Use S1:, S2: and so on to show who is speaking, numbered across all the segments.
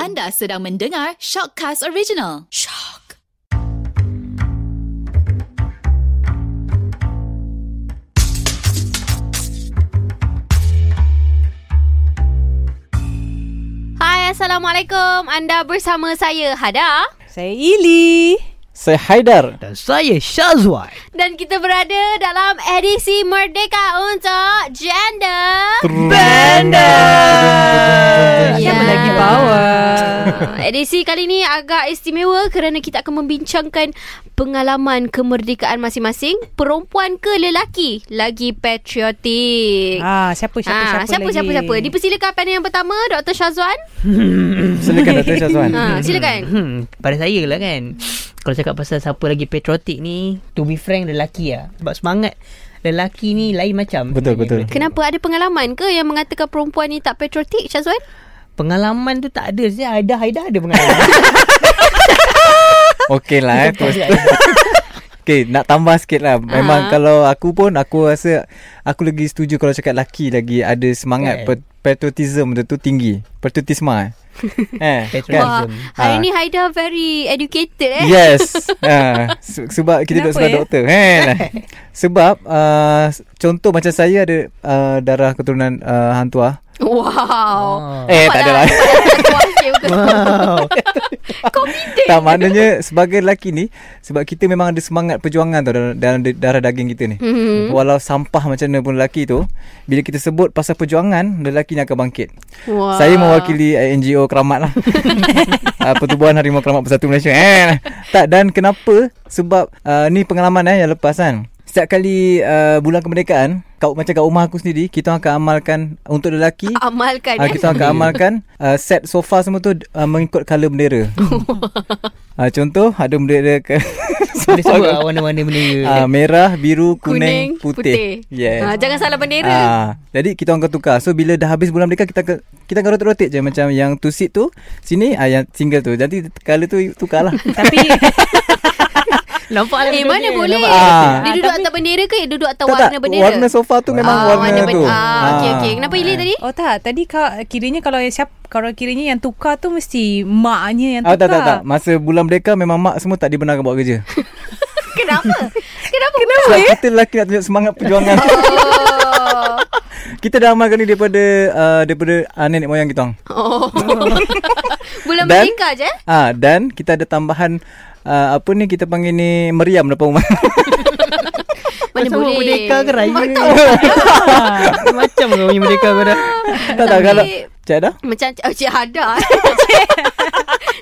S1: Anda sedang mendengar Shockcast Original. Shock.
S2: Hai, Assalamualaikum. Anda bersama saya, Hada.
S3: Saya Ili.
S4: Saya Haidar.
S5: Dan saya Syazwan.
S2: Dan kita berada dalam edisi Merdeka untuk Gender.
S3: Benda.
S2: Ya.
S3: Siapa lagi bawah?
S2: Ah, edisi kali ni agak istimewa kerana kita akan membincangkan pengalaman kemerdekaan masing-masing. Perempuan ke lelaki lagi patriotik.
S3: Ah, siapa siapa
S2: Ah,
S3: siapa,
S2: siapa,
S3: lagi?
S2: siapa, siapa. Dipersilakan panel yang pertama, Dr. Syazwan.
S4: Silakan Dr. Syazwan.
S2: Ha, silakan.
S5: Hmm, pada saya lah kan. Kalau cakap pasal siapa lagi patriotik ni, to be frank lelaki lah. Sebab semangat lelaki ni lain macam.
S4: Betul, betul.
S2: Kenapa ada pengalaman ke yang mengatakan perempuan ni tak patriotik, Syazwan?
S5: Pengalaman tu tak ada. Saya Aida Aida ada pengalaman.
S4: Okey lah eh. Terus. Okey, nak tambah sikit lah.
S2: Ah.
S4: Memang kalau aku pun, aku rasa aku lagi setuju kalau cakap lelaki lagi ada semangat
S5: Kan?
S4: yeah. patriotism tu, tu tinggi. Patriotisme eh. eh kan?
S5: Patriotism.
S2: Hari
S4: Ah.
S2: ni Haida very educated eh.
S4: Yes ha, se- Sebab kita duduk
S3: Kenapa,
S4: sebelah
S3: ya?
S4: doktor kan? Sebab uh, Contoh macam saya ada uh, Darah keturunan uh, hantuah
S2: Wow.
S4: Eh tak ada lah
S5: Wow.
S4: Tak maknanya Sebagai lelaki ni Sebab kita memang ada semangat perjuangan tau Dalam, dalam da- darah daging kita ni
S2: Mhm.
S4: Walau sampah macam mana pun lelaki tu Bila kita sebut pasal perjuangan Lelaki ni akan bangkit
S2: Wow.
S4: Saya mewakili uh, NGO Keramat lah uh, Pertubuhan Harimau Keramat Bersatu Malaysia eh. Tak dan kenapa Sebab uh, ni pengalaman eh, yang lepas kan Setiap kali uh, bulan kemerdekaan kau, Macam kat rumah aku sendiri Kita akan amalkan Untuk lelaki
S2: amalkan
S4: uh,
S2: eh.
S4: Kita akan amalkan uh, Set sofa semua tu uh, Mengikut colour bendera uh, Contoh Ada bendera ke,
S5: Boleh sebut lah
S4: uh,
S5: warna-warna bendera.
S4: Merah, biru, kuning, putih, Yes
S2: Ah, jangan salah bendera.
S4: Ah, jadi kita orang akan tukar. So bila dah habis bulan mereka kita akan- kita akan rotate-rotate je macam yang two seat tu sini ah yang single tu. Jadi color tu tukar lah.
S3: Tapi
S5: Nampak lah
S2: eh
S5: benda
S2: mana
S5: dia.
S2: boleh?
S5: Nampak?
S4: Ah.
S2: Dia duduk atas bendera ke? Dia duduk atas warna bendera?
S4: Warna sofa tu memang
S2: Ah,
S4: warna, tu.
S2: benda- Ah, okey okey. Kenapa Ili tadi?
S3: Oh tak, tadi kau kiranya kalau yang siap kalau kiranya yang tukar tu mesti maknya yang
S4: Ah,
S3: tukar.
S4: tak tak tak. Masa bulan mereka memang mak semua tak dibenarkan buat kerja.
S2: Kenapa? Kenapa? Kenapa?
S4: Sebab kita lelaki nak tunjuk semangat perjuangan.
S2: Oh.
S4: kita dah amalkan ni daripada uh, daripada uh, nenek moyang kita orang.
S2: Oh. Bulan
S4: Dan-
S2: merdeka je eh?
S4: Ah dan kita ada tambahan uh, apa ni kita panggil ni meriam depan rumah.
S2: Mana
S5: Sama
S2: boleh?
S5: Merdeka ke raya?
S2: Mak-
S5: Macam kau punya merdeka kau dah.
S4: tak tak kalau Cik Ada?
S2: Macam oh, Cik Hada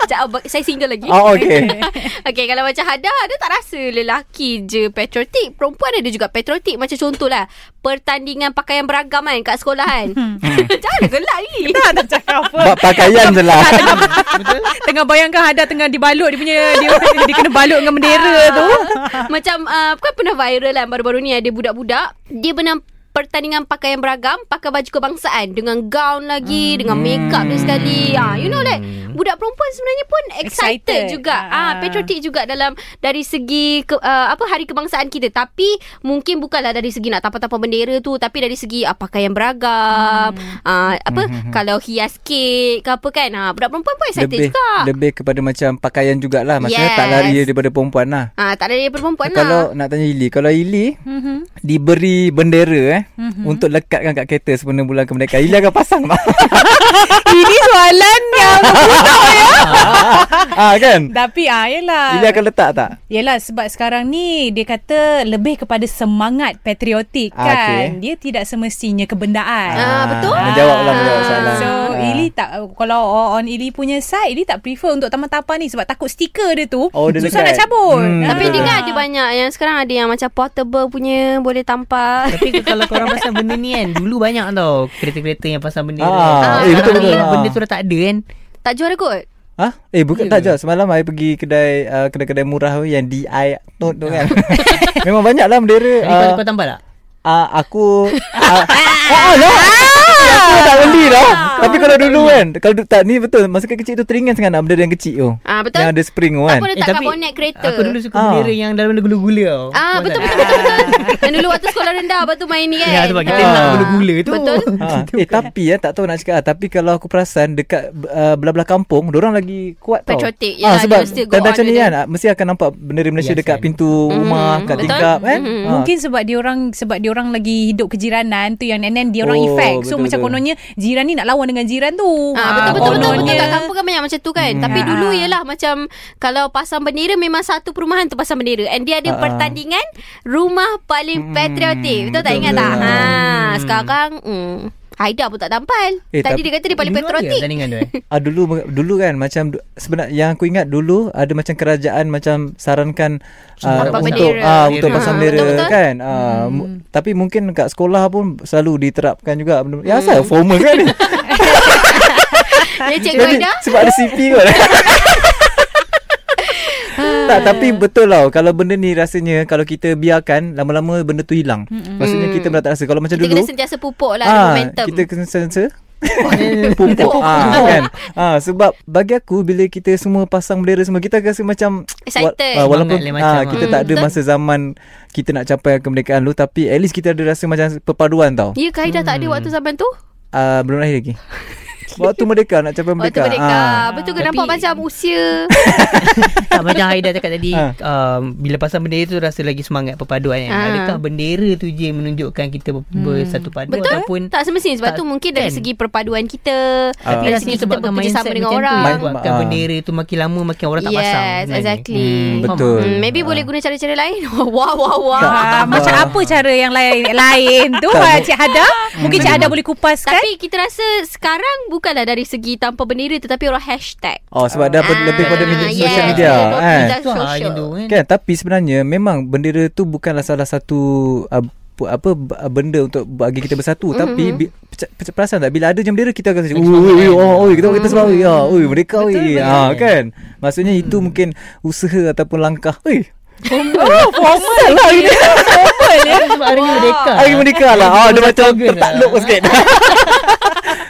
S2: Cik, abang- saya single lagi
S4: Oh okey.
S2: Okay kalau macam Hada Dia tak rasa lelaki je patriotik Perempuan ada juga patriotik Macam contohlah Pertandingan pakaian beragam kan Kat sekolah kan Jangan gelak lagi
S3: tak tak cakap apa.
S4: Bab pakaian je lah.
S3: Tengah bayangkan ada tengah dibalut dia punya dia, dia kena balut dengan bendera
S4: Ah.
S3: tu.
S2: Macam uh, Bukan pernah viral lah Baru-baru ni ada budak-budak Dia menang pertandingan pakaian beragam pakai baju kebangsaan dengan gown lagi hmm. dengan makeup dia sekali ah you know like budak perempuan sebenarnya pun excited, excited.
S3: Excited.
S2: juga ah
S3: Ah.
S2: patriotik juga dalam dari segi ke, uh, apa hari kebangsaan kita tapi mungkin bukanlah dari segi nak tapar-tapar bendera tu tapi dari segi ah, pakaian beragam hmm. ah apa kalau hias kek ke apa kan ah budak perempuan pun excited
S4: lebih,
S2: juga
S4: Lebih kepada macam pakaian jugalah. Maksudnya yes. tak
S2: Yes.
S4: lari dia daripada perempuan lah.
S2: ah tak ada dari perempuan
S4: Kalau
S2: lah Mhm.
S4: nak tanya Ili, kalau Ili mm-hmm. diberi bendera eh mm-hmm. untuk lekatkan kat kereta sebelum bulan kemerdekaan, Ili akan pasang tak?
S3: Ini soalan yang
S4: ah kan?
S3: tapi ah yalah.
S4: Ili akan letak tak?
S3: Yelah sebab sekarang ni dia kata lebih kepada semangat patriotik
S4: Ah,
S3: kan.
S4: okey.
S3: Dia tidak semestinya kebendaan.
S2: Ah, betul.
S4: Menjawab lah menjawab soalan.
S3: So
S4: Ah.
S3: Ili tak Kalau on Ili punya side Ili tak prefer untuk taman-tapan ni Sebab takut stiker dia tu
S4: Oh, dia
S3: Susah nak
S4: lekat.
S3: cabut Ah.
S4: Hmm,
S2: Tapi
S4: Betul.
S2: dengar ada banyak yang sekarang ada yang macam portable punya boleh tampal.
S5: Tapi kalau korang pasang benda ni kan Dulu banyak tau Kereta-kereta yang pasang
S4: Ah,
S5: benda
S2: eh,
S5: Sekarang
S2: betul-betul.
S5: ni
S4: Ah.
S5: Benda tu dah tak ada kan
S2: tak jual dah kot.
S4: Ha? Eh bukan tak je Semalam saya pergi kedai uh, Kedai-kedai murah tu Yang DI
S2: Ya.
S4: Note tu kan Memang banyak lah bendera uh,
S5: Jadi
S4: ah,
S5: kau, kau tambah tak?
S4: uh, Ah aku ah, ah, ah, lah. Aku tak beli dah. Tapi kalau dulu kan Kalau du- tak ni betul Masa kecil tu teringat sangat Nak benda yang kecil tu
S2: Ah, betul.
S4: Yang ada spring tu kan
S2: Apa letak kat bonet kereta.
S5: Eh, Aku dulu suka
S4: Ah.
S5: bendera yang dalam ada gula-gula tau
S2: Ah
S5: Kau
S2: betul
S5: tak-
S2: betul betul. betul. Dan dulu waktu sekolah rendah Lepas tu main ni kan
S5: Ya sebab kita
S2: Ah.
S5: nak gula-gula tu Ah.
S2: Betul
S4: Ha, eh
S2: kan?
S4: tapi ya tak tahu nak cakap ah, tapi kalau aku perasan dekat uh, belah-belah kampung orang lagi kuat tau.
S2: Patriotic,
S4: Ah,
S2: yelah,
S4: sebab
S2: they will still go
S4: tanda
S2: on
S4: macam ni
S2: with
S4: kan ah, mesti akan nampak bendera Malaysia
S5: Yes,
S4: dekat
S5: kan.
S4: pintu rumah,
S2: Hmm,
S4: kat
S2: betul.
S4: tingkap kan.
S2: Mhm.
S4: Ah,
S3: Mungkin sebab dia orang sebab dia orang lagi hidup kejiranan tu yang and then dia orang
S4: Oh,
S3: oh, effect. So
S4: betul,
S3: macam
S4: betul.
S3: kononnya jiran ni nak lawan dengan jiran tu.
S2: Ah, betul,
S3: Ah,
S2: betul, betul, betul,
S3: kononnya.
S2: Kat kampung kan banyak macam tu kan hmm. Tapi
S3: Ah.
S2: dulu ialah Macam Kalau pasang bendera Memang satu perumahan tu pasang bendera And dia ada
S4: Ah.
S2: pertandingan Rumah paling
S4: Hmm,
S2: patriotik Betul tak
S4: betul,
S2: ingat tak?
S4: betul.
S2: Ha, Sekarang hmm, Haida pun tak tampal
S4: Eh,
S2: Tadi
S4: tapi-
S2: dia kata dia paling
S5: Dulu ada
S2: patriotik
S5: Tandingan tu eh
S4: Ah dulu dulu kan macam du- sebenarnya yang aku ingat dulu ada macam kerajaan macam sarankan ah,
S2: Pasang
S4: untuk
S2: bendera.
S4: ah untuk
S5: Bendera.
S4: pasang
S2: Ah,
S4: bendera
S2: betul-betul. Hmm.
S4: kan. Ah mu- tapi mungkin kat sekolah pun selalu diterapkan juga benda.
S2: Hmm.
S4: Ya asal formal kan. ni?
S2: Eh, Ya Cikgu
S4: Jadi,
S2: Haida
S4: sebab ada CP kot tak tapi
S2: Ah.
S4: betul tau Kalau benda ni rasanya Kalau kita biarkan Lama-lama benda tu hilang mm. Maksudnya kita pernah tak rasa Kalau macam
S2: Hmm, Kita
S4: dulu ah,
S2: kena sentiasa pupuk lah ada Momentum
S4: kita kena sensor Pupuk
S2: Oh,
S4: ah, kan? ah, Sebab bagi aku Bila kita semua pasang bendera semua Kita rasa macam
S2: Excited.
S4: ah, Walaupun
S5: Semangat lain macam,
S4: ah, Kita
S2: ah.
S4: tak ada
S2: Betul.
S4: masa zaman Kita nak capai kemerdekaan dulu Tapi at least kita ada rasa macam Perpaduan tau
S2: Ya Kak Haida tak
S4: Hmm.
S2: ada waktu zaman tu
S4: ah, Belum lahir lagi Waktu merdeka Nak capai
S2: Waktu
S4: merdeka
S2: merdeka
S4: Ah.
S2: Betul ke nampak macam usia
S5: tak, Macam Haida cakap tadi
S4: Ah.
S5: um, Bila pasang bendera tu Rasa lagi semangat perpaduan kan
S2: Ah. Hmm.
S5: Adakah bendera tu je Menunjukkan kita ber- bersatu padu
S2: Betul
S5: Ataupun
S2: Tak semestinya Sebab
S5: tak
S2: tu mungkin dari
S5: kan?
S2: segi perpaduan kita
S4: Tapi
S2: Dari
S5: Rasanya
S2: segi kita
S5: Ah. sebabkan mindset
S2: bekerjasama dengan
S5: macam
S2: orang
S5: tu yang
S4: Mind-
S5: Buatkan
S4: ah.
S5: bendera tu Makin lama makin orang tak pasang kan?
S2: Yes
S5: sebenarnya.
S2: exactly
S4: Hmm, betul.
S2: Hmm, Maybe
S4: Ah. Ya.
S2: boleh guna cara-cara lain Wah wah wah
S3: Ah, macam apa cara yang lain lain tu
S4: Tak,
S3: ah,
S4: bu-
S3: Cik Hada?
S4: Hmm.
S3: Mungkin Cik Hada boleh kan? kupaskan.
S5: Kan?
S2: Tapi kita rasa Sekarang bukanlah dari segi Tanpa bendera Tetapi orang hashtag
S4: Oh sebab dah
S2: Ah,
S4: lebih pada media,
S2: yes,
S4: social
S2: betul.
S4: media
S2: Betul,
S4: kan.
S2: betul.
S5: Itu hal
S2: Social.
S5: macam tu kan
S4: Kan tapi sebenarnya memang bendera tu bukanlah salah satu uh, bu- apa b- uh, benda untuk bagi kita bersatu mm-hmm. tapi bi, pec- pec- perasan tak bila ada je bendera kita akan rasa oi oh oi kita kita semua oi ah oi mereka oi ha kan maksudnya itu mungkin usaha ataupun langkah oi Oh, formal lah ini.
S5: Sebab hari ni merdeka
S4: Hari merdeka lah. Ah, dia macam
S5: slogan
S4: tak
S5: lah.
S4: look sikit.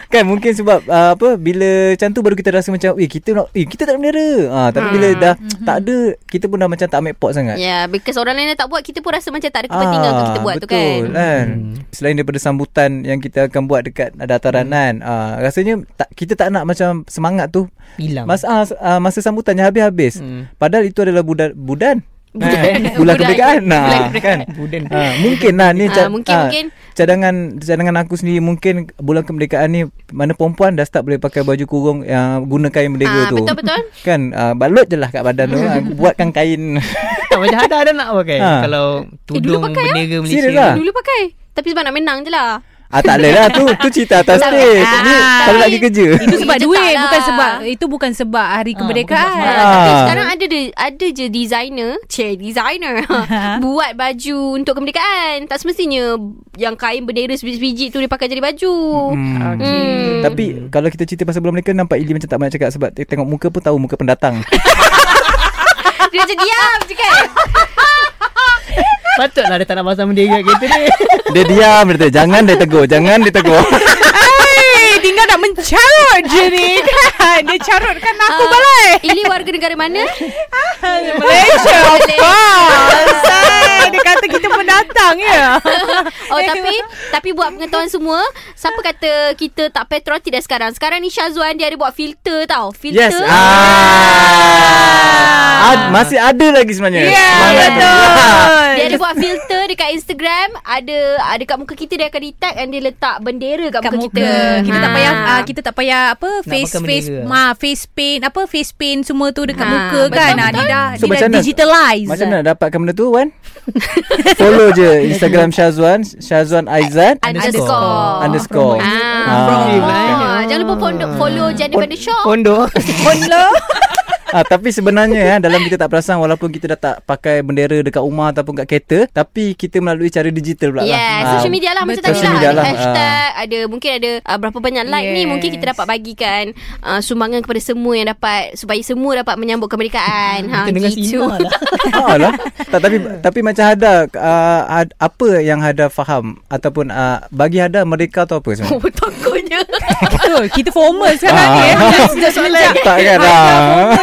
S4: kan mungkin sebab uh, apa bila macam tu baru kita rasa macam eh kita nak eh kita tak ada bendera. Ah tapi bila dah tak ada kita pun dah macam tak ambil pot sangat.
S2: Ya yeah, Because orang lain dah tak buat Kita pun rasa macam Tak ada kepentingan Untuk kita buat
S4: Ah, betul,
S2: tu kan
S4: kan? Selain daripada sambutan yang kita akan buat dekat dataran kan. Ah rasanya tak, kita tak nak macam semangat tu
S5: Hilang
S4: masa ah, ah, masa sambutannya habis-habis.
S5: Hmm.
S4: Padahal itu adalah budan budan.
S2: Budan.
S4: Eh,
S2: Budan.
S4: bulan kemerdekaan
S2: Bulan
S4: nah kan
S5: Budan.
S4: Ah, mungkin lah ni
S2: Ah,
S4: ca-
S2: mungkin,
S4: ah,
S2: mungkin.
S4: cadangan cadangan aku sendiri mungkin bulan kemerdekaan ni mana perempuan dah start boleh pakai baju kurung yang guna
S2: Ah,
S4: kain bendera tu
S2: betul, betul. Hmm.
S4: kan ah, balut je lah kat badan tu ah, buatkan kain
S5: Tak macam ada ada nak pakai
S4: Ha.
S5: Kalau tudung
S2: Eh, pakai,
S5: bendera Malaysia
S4: Serius lah.
S2: Dulu pakai Tapi sebab nak menang je lah
S4: ah tak boleh lah tu tu cerita atas
S2: Tak,
S4: stage
S2: ah,
S4: ni kalau
S2: tapi-
S4: lagi kerja
S3: Itu sebab
S2: Itu tak
S3: duit
S2: lah.
S3: bukan sebab itu bukan sebab hari
S2: Ah,
S5: Ah, bukan sebab
S4: Ah.
S3: kemerdekaan.
S2: Tapi sekarang ada de, ada je designer, cik designer buat baju untuk kemerdekaan. Tak semestinya yang kain bendera sebiji-biji tu dia pakai jadi baju.
S4: Hmm.
S2: Hmm.
S4: Tapi kalau kita cerita pasal bulan mereka Nampak Ili macam tak banyak cakap Sebab tengok muka pun tahu Muka pendatang
S2: Dia macam diam je kan.
S5: Patutlah dia tak nak pasang bendera kat kereta ni
S4: Dia diam dia tengok, Jangan dia tegur Jangan dia tegur
S3: Hai, tinggal nak mencarut je ni kan. Dia carutkan aku
S2: Ah,
S3: balai.
S2: Ili warga negara mana?
S3: Malaysia of course. Hai, dia kata kita pendatang ya.
S2: Oh tapi tapi buat pengetahuan semua, siapa kata kita tak patriotik dah sekarang? Sekarang ni Syazwan dia ada buat filter tau. Filter.
S4: Yes
S2: Ah.
S4: ah. Ad, Masih ada lagi sebenarnya
S3: Ya,
S4: Semangat tu.
S3: betul.
S2: Dia ada buat filter dekat Instagram Ada ada kat muka kita Dia akan detect And dia letak bendera kat,
S3: kat
S2: muka,
S3: muka kita. Kita tak payah
S2: Ha.
S3: uh, kita tak payah apa face
S5: pakai
S3: face
S5: bendera.
S3: ma face paint apa face paint semua tu dekat
S2: Ha,
S3: muka kan.
S2: betul,
S3: Ah, dia
S2: betul.
S3: dah
S4: So,
S3: dia
S4: macam
S3: dah
S4: mana-
S3: digitalize.
S4: Macam mana nak dapatkan benda tu Wan? Follow je Instagram Syazwan Syazwan Aizat
S2: Underscore
S4: Underscore.
S2: ah,
S4: Ah.
S2: promo.
S5: Ah.
S2: Jangan lupa follow, follow Jenny Van The Shop
S5: Pondo
S4: ah, Tapi sebenarnya ya, Dalam kita tak perasan Walaupun kita dah tak pakai bendera Dekat rumah ataupun kat kereta Tapi kita melalui cara digital pula lah
S2: Yeah, social media lah macam
S3: betul.
S2: tadi
S4: Social
S2: lah.
S4: media
S2: Ada
S4: lah,
S2: hashtag, ada mungkin ada uh, berapa banyak like ni
S3: Yes.
S2: mungkin kita dapat bagikan uh, sumbangan kepada semua yang dapat supaya semua dapat menyambut kemerdekaan. ha
S5: Kita dengar
S2: gitu.
S5: Sina lah
S4: Ah, lah. tak, tapi tapi macam Hada uh, had, ah, apa yang Hada faham ataupun uh, bagi Hada mereka tu apa sebenarnya?
S2: Oh, takutnya.
S3: Tu Kita formal sekarang ni eh. Sejak soalan
S4: Tak kan ah.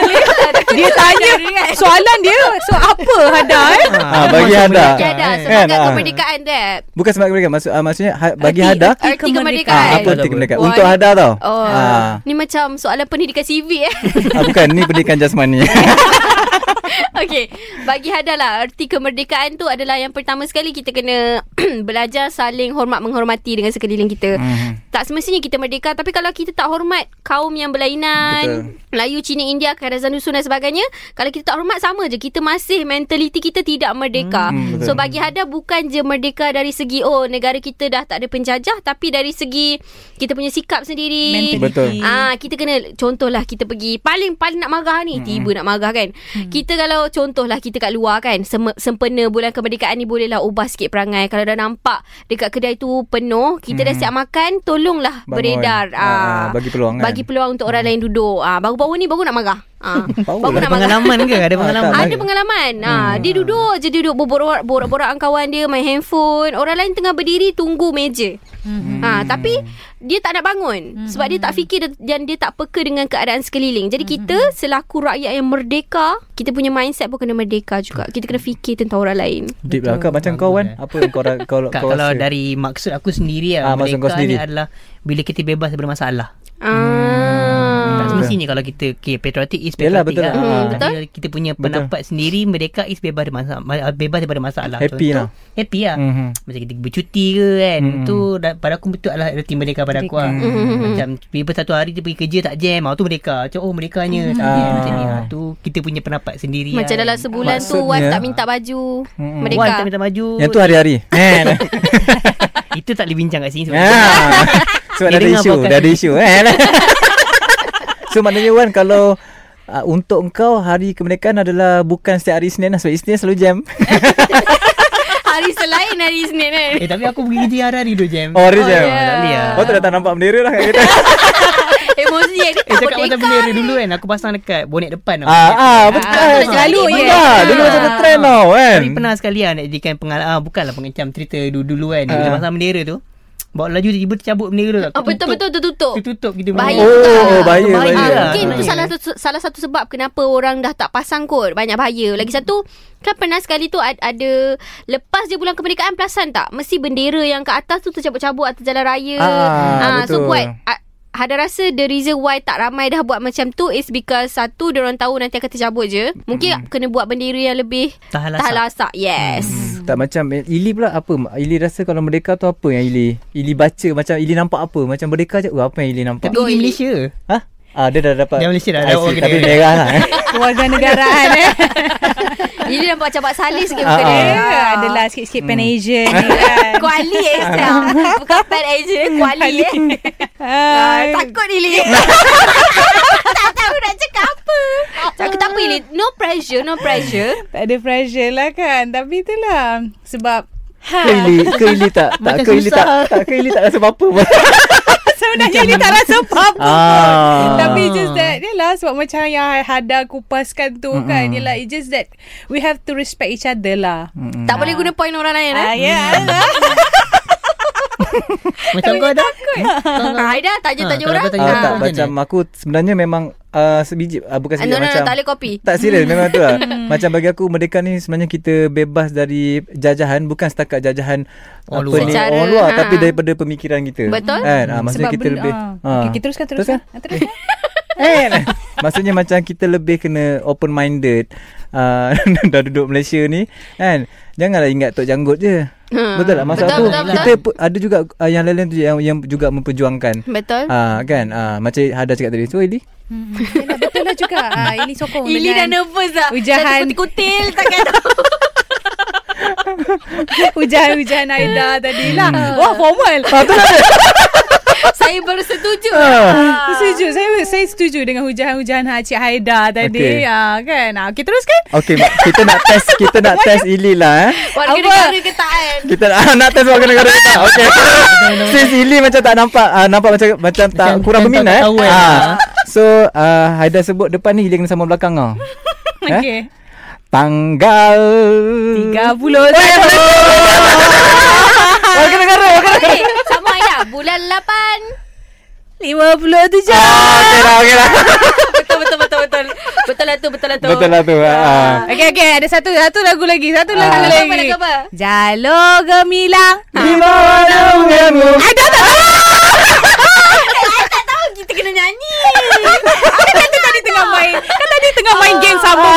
S3: Dia tanya Soalan dia So apa Hada eh
S4: Ah, bagi Hada.
S2: Dia ada
S4: Kan,
S2: semangat
S4: ah.
S2: kemerdekaan Deb
S4: Bukan semangat kemerdekaan Maksud, ah, Maksudnya ha- Bagi
S2: Erti-
S4: Hada
S2: Erti kemerdekaan
S4: Ah,
S5: Kan.
S4: apa erti kemerdekaan?
S2: Wah,
S4: Untuk
S2: ni-
S4: Hada tau.
S2: Oh
S4: Ah.
S2: Ni macam soalan pendidikan civil eh
S4: ah, bukan ni pendidikan jasmani.
S2: Okay Bagi Hada lah Erti kemerdekaan tu adalah Yang pertama sekali Kita kena Belajar saling hormat Menghormati dengan sekeliling kita
S4: Hmm.
S2: Tak semestinya kita merdeka Tapi kalau kita tak hormat Kaum yang berlainan Betul. Melayu, Cina, India Karazan Dusun dan sebagainya Kalau kita tak hormat Sama je Kita masih Mentaliti kita tidak merdeka
S4: Hmm,
S2: hmm,
S4: betul.
S2: So bagi Hada Bukan je merdeka dari segi Oh negara kita dah tak ada penjajah Tapi dari segi Kita punya sikap sendiri
S3: Mentaliti.
S4: Betul.
S2: Ah, kita kena contohlah kita pergi paling paling nak marah ni hmm. tiba nak marah kan. Hmm. Kita kalau contohlah kita kat luar kan sem- sempena bulan kemerdekaan ni bolehlah ubah sikit perangai. Kalau dah nampak dekat kedai tu penuh, kita hmm. dah siap makan, tolonglah
S4: Bangun.
S2: beredar.
S4: Ah, ah, bagi peluang kan.
S2: Bagi peluang untuk orang lain duduk. Ah, baru-baru ni baru nak marah. Ah,
S4: Power
S2: baru
S4: lah.
S2: nak marah.
S5: Pengalaman ke? Ada pengalaman?
S4: tak,
S2: Ah, Ada pengalaman. Ha, dia duduk je dia duduk borak-borak borak-borak dengan kawan dia main handphone. Orang lain tengah berdiri tunggu meja.
S5: Hmm.
S2: Ha, tapi dia tak nak bangun sebab dia tak fikir dan- dan dia tak peka dengan keadaan sekeliling. Jadi kita
S5: Hmm.
S2: selaku rakyat yang merdeka, kita punya mindset pun kena merdeka juga. Kita kena fikir tentang orang lain.
S4: Deep lah kau macam kau kan apa yang kau ra- kau
S5: Kak,
S4: kau
S5: kalau
S4: rasa?
S5: dari maksud aku sendiri
S4: Ah,
S5: lah
S4: maksud
S5: merdeka
S4: kau sendiri.
S5: ni adalah bila kita bebas daripada masalah
S2: Ah.
S5: tak semestinya kalau kita okay, patriotic is patriotic
S4: Yelah, Hmm. betul
S5: lah.
S4: lah. Hmm,
S5: Tapi
S2: betul.
S5: kalau kita punya pendapat sendiri merdeka is bebas daripada masalah bebas daripada masalah
S4: Happy lah.
S5: happy lah
S4: Mhm.
S5: macam kita bercuti ke kan
S4: Mhm.
S5: tu da- pada aku betul adalah reti merdeka pada aku
S4: Hmm.
S5: lah. macam tiba satu hari dia pergi kerja tak jam ah, tu merdeka macam oh merdekanya
S4: Hmm.
S5: tak jam macam ni ah, tu kita punya pendapat sendiri lah.
S2: Macam dalam sebulan tu
S4: Maksudnya-
S2: Wan tak minta baju
S4: Mm-mm.
S2: merdeka.
S5: Wan Ya, tak minta maju
S4: Yang tu hari-hari. Eh. nah.
S5: Itu tak boleh bincang kat sini sebenarnya.
S4: Ah. Sebab dah
S5: Dia
S4: ada
S5: dengar
S4: isu,
S5: podcast
S4: dah ada
S5: ni.
S4: isu. Eh. nah. so maknanya Wan kalau Uh, untuk engkau hari kemerdekaan adalah bukan setiap hari Isnin lah sebab Isnin selalu jam.
S2: hari selain hari Isnin kan.
S5: Eh tapi aku pergi kerja hari-hari tu jam
S4: Oh, hari
S2: Oh,
S4: jam.
S2: ya.
S5: Tak boleh lah
S4: Oh tu dah tak nampak bendera lah kat kita.
S2: Emosi eh, dia tak
S5: Eh cakap macam
S2: merdeka.
S5: bendera dulu kan Aku pasang dekat bonet depan tau.
S4: ah, ah betul.
S2: betul
S4: Ah,
S2: selalu
S4: betul
S2: je.
S4: lah. Dulu macam ada trend tau kan.
S5: Tapi pernah sekali lah Nak jadikan pengalaman ah, Bukanlah pengecam cerita dulu-dulu kan
S4: Ah.
S5: Bila pasang bendera tu Bawa laju tiba-tiba tercabut bendera tu
S2: Oh, betul betul tertutup.
S5: Tertutup kita
S2: Bahaya
S4: Oh,
S2: juga.
S4: oh, bahaya,
S5: bahaya.
S4: bahaya.
S2: Ah, mungkin
S5: bahaya.
S2: itu salah satu, salah satu sebab kenapa orang dah tak pasang kot. Banyak bahaya. Lagi
S4: Hmm.
S2: satu, kan pernah sekali tu ad- ada lepas dia bulan kemerdekaan perasan tak? Mesti bendera yang kat atas tu tercabut-cabut atas jalan raya.
S4: Ah,
S2: so
S4: betul.
S2: buat ah, Hada rasa the reason why tak ramai dah buat macam tu is because satu, diorang tahu nanti akan tercabut je.
S4: Hmm.
S2: Mungkin kena buat bendera yang lebih
S5: Tahan lasak.
S2: tahan lasak. Yes.
S4: Tak macam eh, Ili pula apa Ili rasa kalau merdeka tu apa yang Ili Ili baca macam Ili nampak apa Macam merdeka je oh, Apa yang Ili nampak
S5: Tapi di Malaysia
S4: Ha? Ah, dia dah dapat
S5: Dia Malaysia
S4: I
S5: dah dapat
S4: see.
S5: warga
S4: Tapi
S5: negara.
S4: merah lah eh.
S3: Kewarganegaraan eh
S2: Ini nampak macam Pak Saleh sikit
S4: Ah, Hmm.
S2: muka dia.
S3: ah, Adalah sikit-sikit Pan Asian ni kan
S2: Kuali eh Islam Bukan pan Asian Kuali eh Ah,
S3: Hai.
S2: Takut ni Lin Tak tahu nak cakap apa Cakap tak apa Lin No pressure No pressure
S3: Tak ada pressure lah kan Tapi itulah Sebab ha,
S4: Ke Ili Ke Ili tak tak
S5: Macam
S4: Ke Ili tak tak Ke Ili tak rasa apa-apa pun
S3: Sebenarnya dia tak rasa apa-apa
S4: Ah.
S3: ah. Tapi it's just that Yalah sebab macam yang Hada kupaskan
S4: Hmm,
S3: tu mm-hmm. kan Yalah it's just that We have to respect each other lah mm-hmm.
S2: Tak boleh guna point orang lain eh
S3: Ah, ya yeah.
S5: Macam kau ada
S2: Ah, Haida tanya-tanya
S5: Ah, kalau
S2: orang
S5: kau tanya
S4: ah,
S5: Ah,
S4: Tak
S5: macam
S4: macam aku Sebenarnya memang uh, Sebiji ah, Bukan
S2: Ah,
S4: sebiji
S2: No no no
S4: macam
S2: Tak boleh kopi
S4: Tak serius memang tu lah Macam bagi aku Merdeka ni sebenarnya kita bebas dari jajahan Bukan setakat jajahan apa
S5: Orang luar.
S4: ni,
S2: Secara,
S4: Orang luar
S2: ha.
S4: Tapi daripada pemikiran kita
S2: Betul.
S4: Kan ha, Maksudnya
S3: Sebab
S4: kita
S3: benda-
S4: lebih
S3: ah. Okay, okay, teruskan, teruskan. Ah, teruskan.
S2: Kan?
S4: Eh, nah. Maksudnya macam kita lebih kena open minded uh, Dah duduk Malaysia ni kan Janganlah ingat Tok Janggut je
S2: Hmm.
S4: Betul tak? Masa
S2: Betul,
S4: aku
S2: betul, betul.
S4: Kita pu- ada juga uh, yang lain-lain tu yang, yang juga memperjuangkan
S2: Betul
S4: Ah kan ah, macam Hada cakap tadi tu Ili
S3: Yalah, Betul lah juga ah, Ini sokong
S2: Ili dah
S3: dengan
S2: nervous lah
S3: Ujahan.
S2: Satu kutil Takkan
S3: Hujan-hujan Aida tadi lah
S2: Hmm.
S3: Wah formal
S2: Ah. Saya baru setuju
S4: Ah,
S3: Setuju saya, saya setuju dengan hujan-hujan Cik Haida
S4: Okey. eh?
S3: tadi okay. ah, Kan ah, Okay teruskan
S4: Okay kita nak test Kita nak test Ili lah eh
S2: Warga
S3: Apa?
S2: negara ketaan
S4: kita ah, nak test warga negara kita. Okey. Sis Ili macam tak nampak ah, nampak macam macam tak
S5: Macam-
S4: kurang
S5: macam
S4: berminat.
S5: tak tahu, eh.
S4: Ah. So ah, Haida sebut depan ni Ili kena sama belakang kau.
S3: Okay
S4: Eh? Tanggal
S3: 30
S2: Ah,
S4: Warga negara warga negara.
S2: Eh, sama Aida Bulan 8 57
S4: Ah, okay lah, okay lah.
S2: Betul betul betul betul Betul lah tu Betul lah tu
S4: Betul lah tu. Ah.
S3: Okay, okay. Ada satu satu lagu lagi. Satu lagu
S2: Lagu Ah.
S3: lagi.
S2: apa, lagu apa?
S3: Jalo Gemilang.
S4: Di mana ungamu?
S2: Tak tahu kita kena nyanyi
S3: Kan tadi tengah main. Kan tadi tengah
S2: Ah.
S3: main game sama.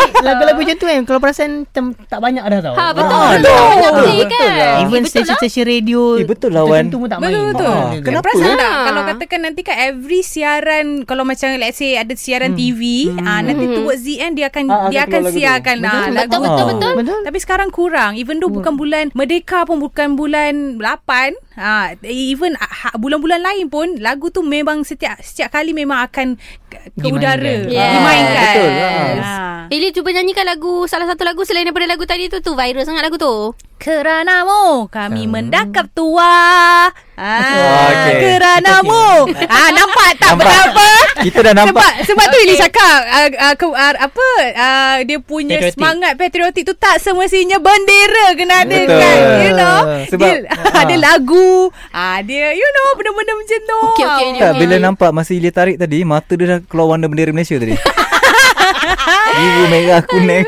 S5: Tapi lagu-lagu macam tu kan Kalau perasan tem- Tak banyak dah tau
S2: Ha betul
S4: Ah,
S2: Betul
S4: lah.
S2: Tak boleh
S4: Betul
S2: kan
S4: lah.
S5: Even
S2: Betul lah
S5: stesen-stesen radio
S4: Eh, betul lah, Wan.
S5: tertentu pun tak main
S3: Betul betul.
S5: Ah,
S4: Kenapa?
S3: Perasan
S2: eh?
S3: tak
S2: Ah.
S3: kalau katakan nanti kan every siaran kalau macam let's say ada siaran TV, ah nanti towards the end dia akan
S4: Hmm. Ah, akan
S3: dia akan
S4: keluar lagu tu.
S3: siarkan ah,
S2: Hmm. Betul,
S3: lagu
S2: lah. Betul betul
S4: Ah.
S2: betul
S5: Betul
S3: Tapi sekarang kurang Even though
S4: Hmm.
S3: bukan bulan Merdeka pun bukan bulan 8 ha, Even ha, bulan-bulan lain pun Lagu tu memang setiap setiap kali memang akan ke, ke
S5: Dimainkan.
S3: udara
S2: Yes.
S3: Dimainkan
S4: Betul, ha.
S3: ha.
S2: Ili cuba nyanyikan lagu Salah satu lagu Selain daripada lagu tadi tu tu Viral sangat lagu tu
S3: Keranamu kami mendakap tua ah,
S4: Ah. Okey.
S3: Keranamu ah, Nampak tak
S4: Nampak.
S3: berapa
S4: Kita dah nampak.
S3: Sebab sebab tu Ili cakap uh, uh, ke, uh, apa uh, dia punya
S5: Patriotik.
S3: patriotik. semangat patriotik tu tak semestinya bendera kena ada
S4: Betul.
S3: kan you know
S4: Sebab-
S3: dia, ada lagu ah dia you know benda-benda macam tu
S2: Okey, okey, ni.
S4: Tak, bila nampak masa Ilya tarik tadi, mata dia dah keluar warna bendera Malaysia tadi. Biru, merah, kuning.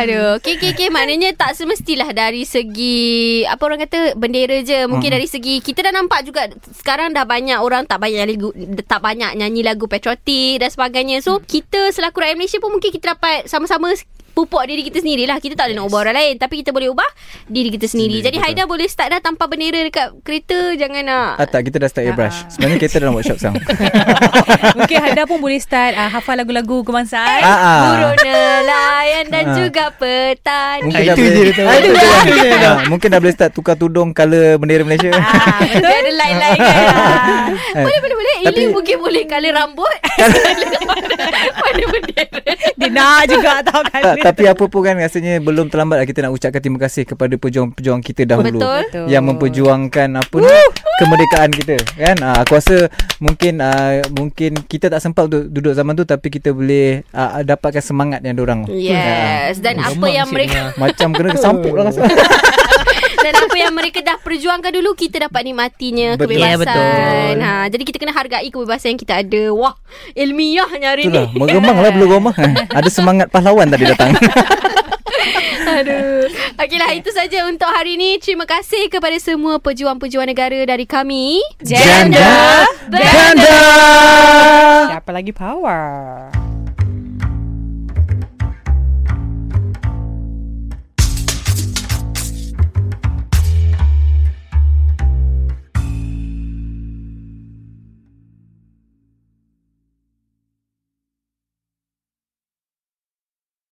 S2: Aduh, okay, okay, okay. Maknanya tak semestilah dari segi, apa orang kata, bendera je. Mungkin hmm. dari segi, kita dah nampak juga sekarang dah banyak orang tak banyak lagu, tak banyak nyanyi lagu patriotik dan sebagainya. So, kita selaku rakyat Malaysia pun mungkin kita dapat sama-sama pupuk diri kita sendiri lah. Kita tak boleh nak ubah orang lain. Tapi kita boleh ubah diri kita sendiri. Jadi, Haida boleh start dah tanpa bendera dekat kereta. Jangan nak...
S4: Ah, tak, kita dah start airbrush. Sebenarnya kita dalam workshop sekarang.
S3: mungkin Hada pun boleh start uh, hafal lagu-lagu kebangsaan
S4: Ah, ah.
S2: Buruh nelayan dan
S4: Ah.
S2: juga petani.
S4: Mungkin
S5: Ah,
S4: dah
S5: itu
S4: boleh
S5: je dia tahu.
S4: Ah, itu je.
S5: Itu je dia tahu.
S4: Ah, Mungkin dah boleh start tukar tudung Color bendera Malaysia
S2: Ah, betul. Dia ada lain-lain kan. Ah.
S4: Eh,
S2: boleh, boleh, boleh. Ili
S4: tapi-
S2: mungkin boleh kala rambut. Pada bendera.
S3: dia nak juga tau kan
S4: tak, tapi apa pun kan rasanya belum terlambat lah kita nak ucapkan terima kasih kepada pejuang-pejuang kita dahulu
S2: Betul.
S4: yang memperjuangkan apa ni kemerdekaan kita kan ah, aku rasa mungkin ah, mungkin kita tak sempat untuk duduk zaman tu tapi kita boleh ah, dapatkan semangat yang orang
S2: Ya. Yes. Dan apa
S5: Gemang
S2: yang
S5: si
S2: mereka
S5: dengar.
S4: macam kena kesampuk lah rasa
S2: dan apa yang mereka dah perjuangkan dulu kita dapat nikmatinya
S4: Betul.
S2: kebebasan.
S5: Ya, betul.
S2: Ha, jadi kita kena hargai kebebasan yang kita ada. Wah, ilmiahnya hari
S4: itulah
S2: ni.
S4: meremang lah belum rumah Eh, ada semangat pahlawan tadi datang
S2: Aduh. Okeylah itu saja untuk hari ini. Terima kasih kepada semua pejuang-pejuang negara dari kami.
S4: Ganda Ganda
S3: siapa lagi power